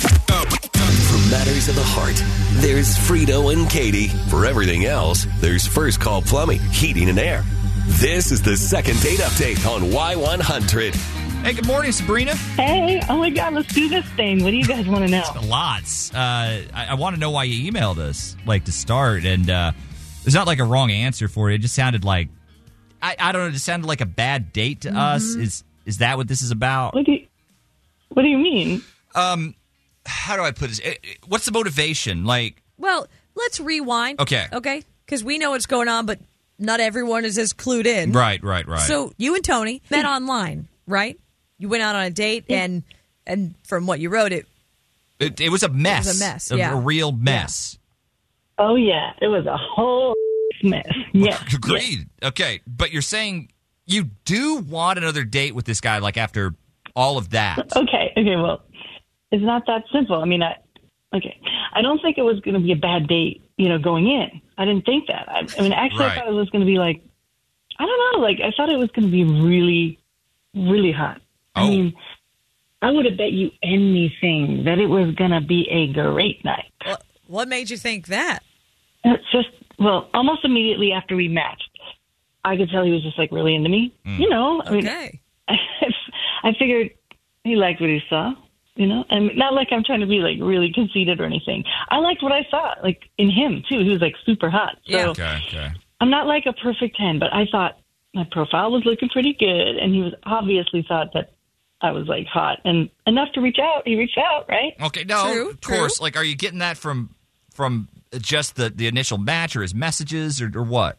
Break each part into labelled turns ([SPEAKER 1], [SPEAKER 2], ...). [SPEAKER 1] For matters of the heart, there's Frito and Katie. For everything else, there's First Call Plumbing, Heating and Air. This is the second date update on Y100.
[SPEAKER 2] Hey, good morning, Sabrina.
[SPEAKER 3] Hey, oh my God, let's do this thing. What do you guys want to know?
[SPEAKER 2] Lots. Uh, I, I want to know why you emailed us, like to start, and uh, there's not like a wrong answer for it. It just sounded like I, I don't know. It just sounded like a bad date to us.
[SPEAKER 4] Mm-hmm.
[SPEAKER 2] Is is that what this is about?
[SPEAKER 3] What do you, what do you mean?
[SPEAKER 2] Um, how do I put this? Eh, eh, What's the motivation? Like,
[SPEAKER 4] Well, let's rewind.
[SPEAKER 2] Okay.
[SPEAKER 4] Okay. Because we know what's going on, but not everyone is as clued in.
[SPEAKER 2] Mm-hmm. right, right, right.
[SPEAKER 4] So you and Tony met online, right? You went out on a date, and and from what you wrote, it
[SPEAKER 2] it, it was a mess.
[SPEAKER 4] mess, yeah.
[SPEAKER 2] a real mess.
[SPEAKER 3] Oh yeah, it was a whole mess. Yes. yes.
[SPEAKER 2] Agreed. Okay, but you're saying you do want another date with this guy, like after all of that.
[SPEAKER 4] Oh.
[SPEAKER 3] Okay. Okay. Well, it's not that simple. I mean, I okay. I don't think it was going to be a bad date. You know, going in, I didn't think that. I, I mean, actually,
[SPEAKER 2] Right.
[SPEAKER 3] I thought it was going to be like, I don't know. Like, I thought it was going to be really, really hot.
[SPEAKER 2] Oh.
[SPEAKER 3] I mean, I would have bet you anything that it was going to be a great night.
[SPEAKER 4] what, what made you think that?
[SPEAKER 3] It's just well, almost immediately after we matched, I could tell he was just like really into me. You know, I mean,
[SPEAKER 4] Okay.
[SPEAKER 3] I figured he liked what he saw. You know, and not like I'm trying to be like really conceited or anything. I liked what I saw, like in him too. He was like super hot. So
[SPEAKER 4] Yeah.
[SPEAKER 2] Okay, okay.
[SPEAKER 3] I'm not like a perfect ten, but I thought my profile was looking pretty good, and he was obviously thought that I was like hot and enough to reach out. He reached out, right?
[SPEAKER 2] Okay, no,
[SPEAKER 4] True,
[SPEAKER 2] of course. Like, are you getting that from from just the the initial match, or his messages, or, or what?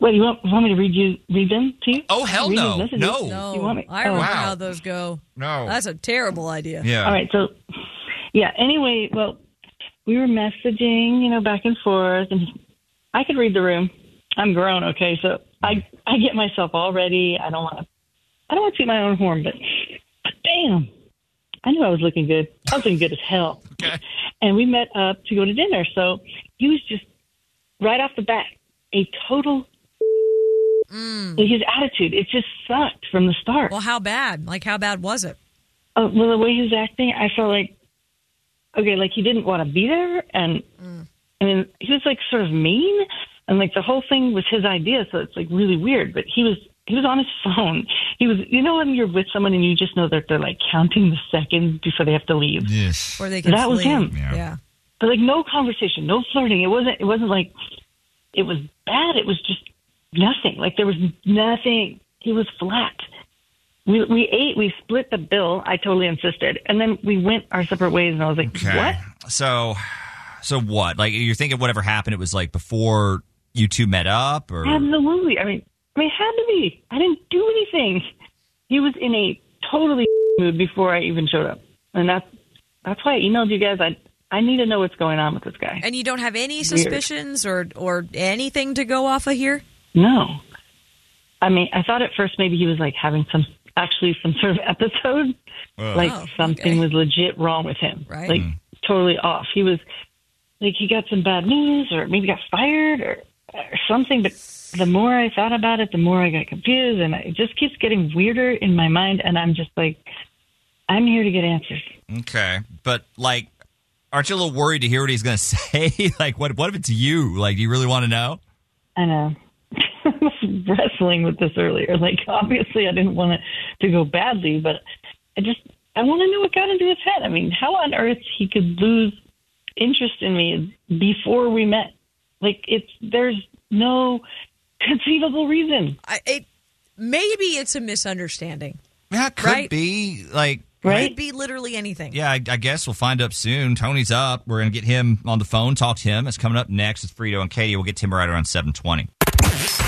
[SPEAKER 3] Wait, you want, want me to read you read them to you?
[SPEAKER 2] Oh, hell
[SPEAKER 3] Read his
[SPEAKER 2] no.
[SPEAKER 3] messages?
[SPEAKER 2] No.
[SPEAKER 4] No,
[SPEAKER 3] You want me-
[SPEAKER 4] I
[SPEAKER 3] oh.
[SPEAKER 4] remember
[SPEAKER 2] Wow.
[SPEAKER 4] how those go.
[SPEAKER 2] No.
[SPEAKER 4] That's a terrible idea.
[SPEAKER 2] yeah.
[SPEAKER 3] All right. So, yeah. Anyway, well, we were messaging, you know, back and forth, and I could read the room. I'm grown, okay. So I I get myself all ready. I don't want to. I don't want to toot my own horn, but, but bam! I knew I was looking good. I was looking good as hell.
[SPEAKER 2] Okay.
[SPEAKER 3] And we met up to go to dinner. So he was just right off the bat a total. His attitude it just sucked from the start.
[SPEAKER 4] Well, how bad? Like, how bad was it?
[SPEAKER 3] Uh, well, the way he was acting, I felt like okay, like he didn't want to be there, and I mean, he was like sort of mean, and like the whole thing was his idea, so it's like really weird. But he was he was on his phone. He was, you know, when you're with someone and you just know that they're like counting the seconds before they have to leave.
[SPEAKER 2] Yes.
[SPEAKER 4] Or they could
[SPEAKER 3] That was
[SPEAKER 4] flee.
[SPEAKER 3] him.
[SPEAKER 4] Yeah.
[SPEAKER 3] But like no conversation, no flirting. It wasn't. It wasn't like it was bad. It was just nothing. Like there was nothing. He was flat. We we ate. We split the bill. I totally insisted, and then we went our separate ways. And I was like, what?
[SPEAKER 2] So, so what? Like, you're thinking whatever happened, it was like before you two met up, or
[SPEAKER 3] Absolutely. I mean, I mean, it had to be. I didn't do anything. He was in a totally mood before I even showed up, and that's that's why I emailed you guys. I I need to know what's going on with this guy.
[SPEAKER 4] And you don't have any suspicions or or anything to go off of here.
[SPEAKER 3] No. I mean, I thought at first maybe he was like having some actually some sort of episode, like
[SPEAKER 4] Oh,
[SPEAKER 3] something
[SPEAKER 4] okay.
[SPEAKER 3] was legit wrong with him,
[SPEAKER 4] Right.
[SPEAKER 3] Like totally off. He was like he got some bad news, or maybe got fired, or, or something. But the more I thought about it, the more I got confused, and it just keeps getting weirder in my mind. And I'm just like, I'm here to get answers.
[SPEAKER 2] okay, but like, aren't you a little worried to hear what he's going to say? like, what what if it's you? Like, do you really want to know?
[SPEAKER 3] I know. I was wrestling with this earlier. Like, obviously, I didn't want it to go badly, but I just I want to know what got into his head. I mean, how on earth he could lose interest in me before we met? Like, it's there's no conceivable reason.
[SPEAKER 4] I, it maybe it's a misunderstanding.
[SPEAKER 2] Yeah, it could
[SPEAKER 4] Right?
[SPEAKER 2] be like.
[SPEAKER 3] Right?
[SPEAKER 4] Could be literally anything.
[SPEAKER 2] Yeah, I, I guess we'll find up soon. Tony's up. We're gonna get him on the phone, talk to him. It's coming up next with Frito and Katie. We'll get to him right around seven twenty.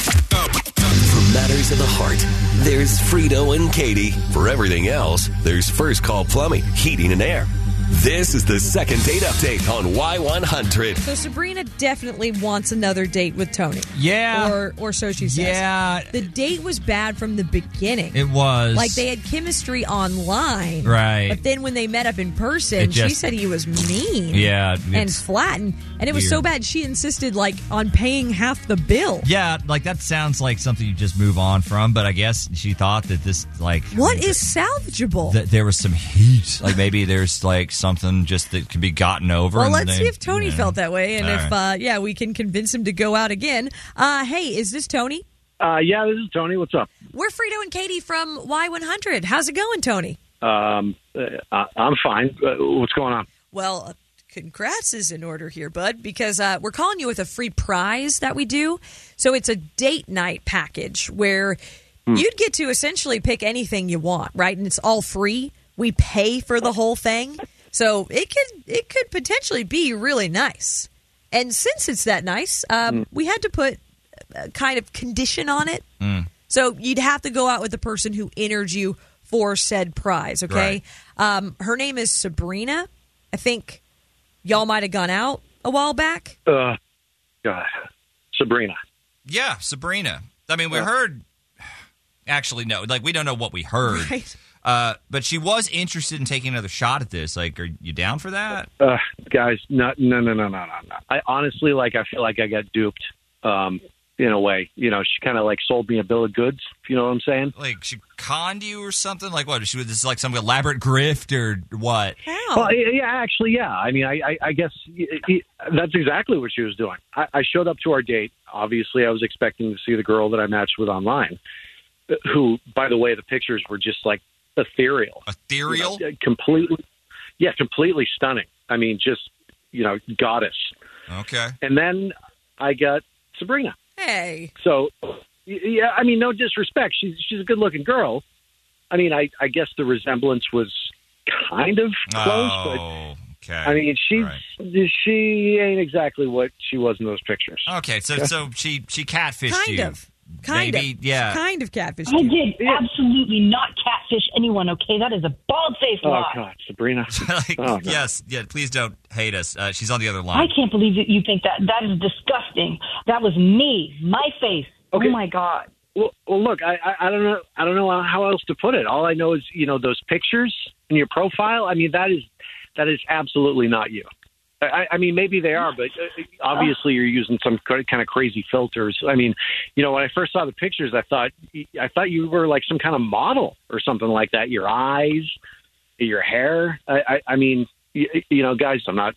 [SPEAKER 1] For matters of the heart, there's Frito and Katie. For everything else, there's First Call Plumbing, Heating and Air. This is the second date update on Y100.
[SPEAKER 4] So Sabrina definitely wants another date with Tony.
[SPEAKER 2] Yeah.
[SPEAKER 4] Or or so she says.
[SPEAKER 2] Yeah.
[SPEAKER 4] The date was bad from the beginning.
[SPEAKER 2] It was
[SPEAKER 4] like they had chemistry online.
[SPEAKER 2] Right.
[SPEAKER 4] But then when they met up in person,
[SPEAKER 2] It just-
[SPEAKER 4] she said he was mean.
[SPEAKER 2] Yeah,
[SPEAKER 4] And
[SPEAKER 2] it's-
[SPEAKER 4] flattened. And it was so
[SPEAKER 2] weird.
[SPEAKER 4] bad she insisted like on paying half the bill.
[SPEAKER 2] Yeah, like that sounds like something you just move on from, but I guess she thought that this like
[SPEAKER 4] What is salvageable?
[SPEAKER 2] that there was some heat. Like maybe there's like something just that can be gotten over.
[SPEAKER 4] Well,
[SPEAKER 2] and
[SPEAKER 4] let's
[SPEAKER 2] they-
[SPEAKER 4] see if Tony
[SPEAKER 2] you know.
[SPEAKER 4] felt that way, and
[SPEAKER 2] All
[SPEAKER 4] if
[SPEAKER 2] right.
[SPEAKER 4] uh, yeah, we can convince him to go out again. Uh, hey, is this Tony?
[SPEAKER 5] Uh, yeah, this is Tony. What's up?
[SPEAKER 4] We're Frito and Katie from Y100. How's it going, Tony?
[SPEAKER 5] Um, uh, I- I'm fine. Uh, what's going on?
[SPEAKER 4] Well, uh, congrats is in order here, bud, because uh, we're calling you with a free prize that we do. So it's a date night package where you'd get to essentially pick anything you want, right? And it's all free. We pay for the whole thing, so it could it could potentially be really nice. And since it's that nice, um, we had to put a kind of condition on it. So you'd have to go out with the person who entered you for said prize. Okay. Um, her name is Sabrina. I think y'all might have gone out a while back.
[SPEAKER 5] Uh, God, Sabrina.
[SPEAKER 2] Yeah, Sabrina. I mean, we heard. Actually, no. Like we don't know what we heard.
[SPEAKER 4] Right.
[SPEAKER 2] Uh, but she was interested in taking another shot at this. Like, are you down for that?
[SPEAKER 5] Uh, guys, no, no, no, no, no, no, no. I honestly, like, I feel like I got duped. Um, in a way, you know, she kind of like sold me a bill of goods. If you know what I'm saying?
[SPEAKER 2] Like she conned you or something? Like what? She was this is like some elaborate grift or what?
[SPEAKER 4] How?
[SPEAKER 5] Well, yeah, yeah, actually, yeah. I mean, I, I, I guess y y that's exactly what she was doing. I, I showed up to our date. Obviously, I was expecting to see the girl that I matched with online, uh, who, by the way, the pictures were just like ethereal.
[SPEAKER 2] Ethereal?
[SPEAKER 5] You know, completely, yeah, completely stunning. I mean, just you know, goddess.
[SPEAKER 2] Okay.
[SPEAKER 5] And then I got Sabrina.
[SPEAKER 4] hey.
[SPEAKER 5] So y- yeah, I mean, no disrespect. She's she's a good looking girl. I mean, I I guess the resemblance was kind of close, but
[SPEAKER 2] Oh, okay.
[SPEAKER 5] I mean, she's she ain't exactly what she was in those pictures.
[SPEAKER 2] Okay, so so she she catfished
[SPEAKER 4] Kind
[SPEAKER 2] you.
[SPEAKER 4] of. Kind
[SPEAKER 2] Maybe,
[SPEAKER 4] of.
[SPEAKER 2] yeah.
[SPEAKER 4] Kind of catfish.
[SPEAKER 3] I did absolutely not catfish anyone, okay? That is a bald faced
[SPEAKER 5] Oh
[SPEAKER 3] lie.
[SPEAKER 5] God, Sabrina.
[SPEAKER 2] like,
[SPEAKER 5] Oh, no.
[SPEAKER 2] yes, yeah. Please don't hate us. Uh, she's on the other
[SPEAKER 3] I
[SPEAKER 2] line.
[SPEAKER 3] can't believe that you think that. That is disgusting. That was me, my face.
[SPEAKER 5] Okay.
[SPEAKER 3] Oh my God.
[SPEAKER 5] Well, well, look, I, I I don't know I don't know how else to put it. All I know is you know those pictures in your profile. I mean that is that is absolutely not you. I- I, I mean, maybe they are, but uh, obviously you're using some cra- kind of crazy filters. I mean, you know, when I first saw the pictures, I thought I thought you were like some kind of model or something like that. Your eyes, your hair. I, I, I mean, you, you know, guys, I'm not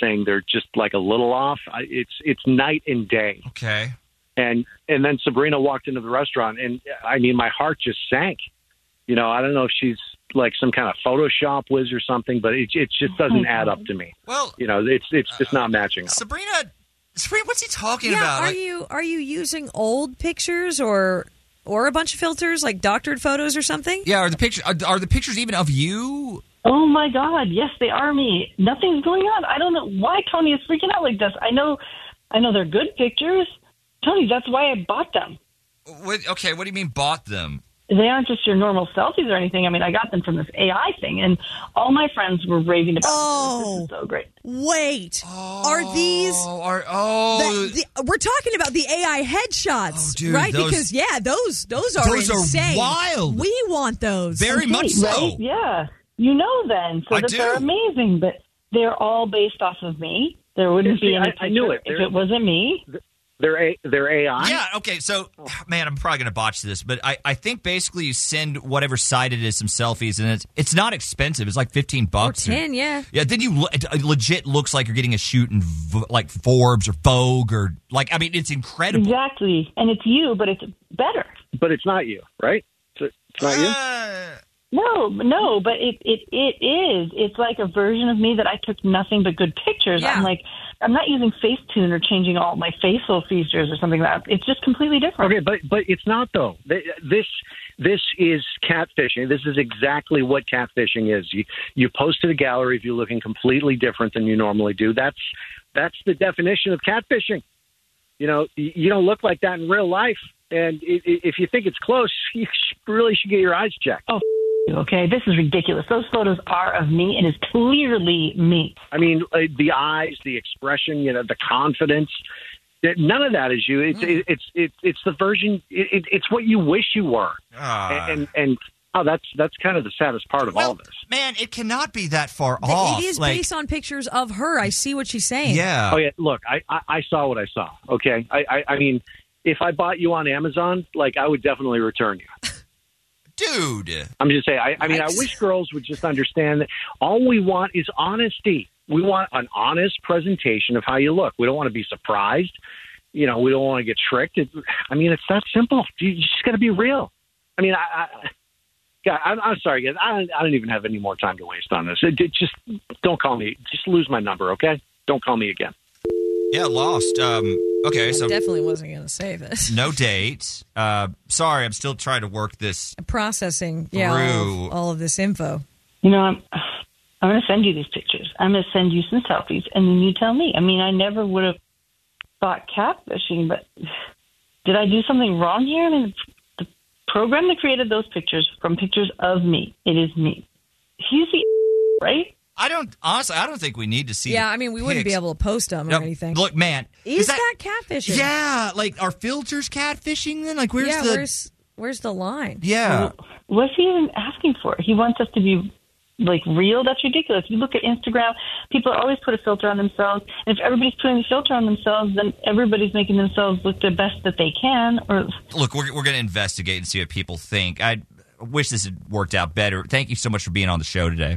[SPEAKER 5] saying they're just like a little off. I, it's it's night and day
[SPEAKER 2] Okay.
[SPEAKER 5] and and then Sabrina walked into the restaurant, and I mean, my heart just sank. You know, I don't know if she's like some kind of Photoshop whiz or something, but it it just doesn't add up to me.
[SPEAKER 2] Well,
[SPEAKER 5] You know, it's it's just not matching up.
[SPEAKER 2] Sabrina, Sabrina, what's he talking
[SPEAKER 4] Yeah.
[SPEAKER 2] about?
[SPEAKER 4] Are
[SPEAKER 2] Like,
[SPEAKER 4] you are you using old pictures or or a bunch of filters like doctored photos or something?
[SPEAKER 2] yeah, are the pictures are, are the pictures even of you?
[SPEAKER 3] Oh my God! Yes, they are me. Nothing's going on. I don't know why Tony is freaking out like this. I know, I know they're good pictures, Tony. That's why I bought them.
[SPEAKER 2] What, okay, what do you mean bought them?
[SPEAKER 3] They aren't just your normal selfies or anything. I mean, I got them from this AI thing, and all my friends were raving about.
[SPEAKER 4] Oh.
[SPEAKER 3] them. this is so great.
[SPEAKER 4] Wait. Are these
[SPEAKER 2] Oh, are
[SPEAKER 4] the-
[SPEAKER 2] oh
[SPEAKER 4] the- we're talking about the AI headshots,
[SPEAKER 2] Oh, dude,
[SPEAKER 4] right?
[SPEAKER 2] those-
[SPEAKER 4] because yeah, those those are
[SPEAKER 2] Those are
[SPEAKER 4] insane.
[SPEAKER 2] wild.
[SPEAKER 4] We want those.
[SPEAKER 2] very much
[SPEAKER 3] Right?
[SPEAKER 2] so.
[SPEAKER 3] Yeah, you know then, so
[SPEAKER 2] I
[SPEAKER 3] that they're
[SPEAKER 2] do.
[SPEAKER 3] amazing. But they're all based off of me. There wouldn't
[SPEAKER 5] See,
[SPEAKER 3] be any
[SPEAKER 5] I- I knew
[SPEAKER 3] picture
[SPEAKER 5] it.
[SPEAKER 3] if
[SPEAKER 5] They're-
[SPEAKER 3] it wasn't me.
[SPEAKER 5] They're a, they're AI.
[SPEAKER 2] Yeah, okay, so, man, I'm probably going to botch this, but I, I think basically you send whatever site it is some selfies, and it's it's not expensive. It's like 15
[SPEAKER 4] or
[SPEAKER 2] bucks. or-
[SPEAKER 4] ten, yeah.
[SPEAKER 2] Yeah, then you le- it it legit looks like you're getting a shoot in v- like Forbes or Vogue or like I mean it's incredible.
[SPEAKER 3] Exactly, and it's you, but it's better.
[SPEAKER 5] but it's not you, right? It's, it's not you.
[SPEAKER 2] Uh,
[SPEAKER 3] No, no, but it, it it is. It's like a version of me that I took nothing but good pictures.
[SPEAKER 4] Yeah.
[SPEAKER 3] I'm like, I'm not using Facetune or changing all my facial features or something like that. It's just completely different.
[SPEAKER 5] Okay, but but it's not though. Th- This this is catfishing. This is exactly what catfishing is. You you post to the gallery if you're looking completely different than you normally do. That's that's the definition of catfishing. You know, y- you don't look like that in real life, and i- i- if you think it's close, you sh- really should get your eyes checked.
[SPEAKER 3] Okay, this is ridiculous. Those photos are of me, and it's clearly me.
[SPEAKER 5] I mean, uh, the eyes, the expression, you know, the confidence. that- None of that is you. It's it, it's it's it's the version. It, it, it's what you wish you were.
[SPEAKER 2] Ah.
[SPEAKER 5] and and oh, that's that's kind of the saddest part of all
[SPEAKER 2] well,
[SPEAKER 5] this.
[SPEAKER 2] man, it cannot be that far
[SPEAKER 4] Th-
[SPEAKER 2] off.
[SPEAKER 4] It is
[SPEAKER 2] like,
[SPEAKER 4] based on pictures of her. I see what she's saying.
[SPEAKER 2] yeah.
[SPEAKER 5] Oh yeah, look, I, I I saw what I saw. Okay, I, I I mean, if I bought you on Amazon, like I would definitely return you.
[SPEAKER 2] dude.
[SPEAKER 5] I'm just saying. I, I mean, I
[SPEAKER 4] Right.
[SPEAKER 5] wish girls would just understand that all we want is honesty. We want an honest presentation of how you look. We don't want to be surprised. You know, we don't want to get tricked. It, I mean, it's that simple. You you just got to be real. I mean, I. I God, I'm, I'm sorry, guys. I don't, I don't even have any more time to waste on this. It, it just don't call me. Just lose my number, okay? Don't call me again.
[SPEAKER 2] Yeah, lost. Um, okay,
[SPEAKER 4] I
[SPEAKER 2] so
[SPEAKER 4] definitely wasn't going to say this.
[SPEAKER 2] no date. Uh, sorry, I'm still trying to work this.
[SPEAKER 4] Processing, yeah, all
[SPEAKER 2] Through.
[SPEAKER 4] of, all of this info.
[SPEAKER 3] You know, I'm I'm going to send you these pictures. I'm going to send you some selfies, and then you tell me. I mean, I never would have thought catfishing, but did I do something wrong here? I mean, the program that created those pictures from pictures of me. It is me. He's the right.
[SPEAKER 2] I don't honestly. I don't think we need to see.
[SPEAKER 4] Yeah, I mean, we wouldn't be
[SPEAKER 2] pics.
[SPEAKER 4] able to post them
[SPEAKER 2] No,
[SPEAKER 4] or anything.
[SPEAKER 2] Look, man,
[SPEAKER 4] is, that, catfishing?
[SPEAKER 2] Yeah, like are filters catfishing? Then, like, where's
[SPEAKER 4] yeah.
[SPEAKER 2] the?
[SPEAKER 4] where's where's the line?
[SPEAKER 2] yeah,
[SPEAKER 3] What's he even asking for? He wants us to be like real. That's ridiculous. You look at Instagram, people always put a filter on themselves. And if everybody's putting a filter on themselves, then everybody's making themselves look the best that they can. Or
[SPEAKER 2] look, we're we're gonna investigate and see what people think. I wish this had worked out better. Thank you so much for being on the show today.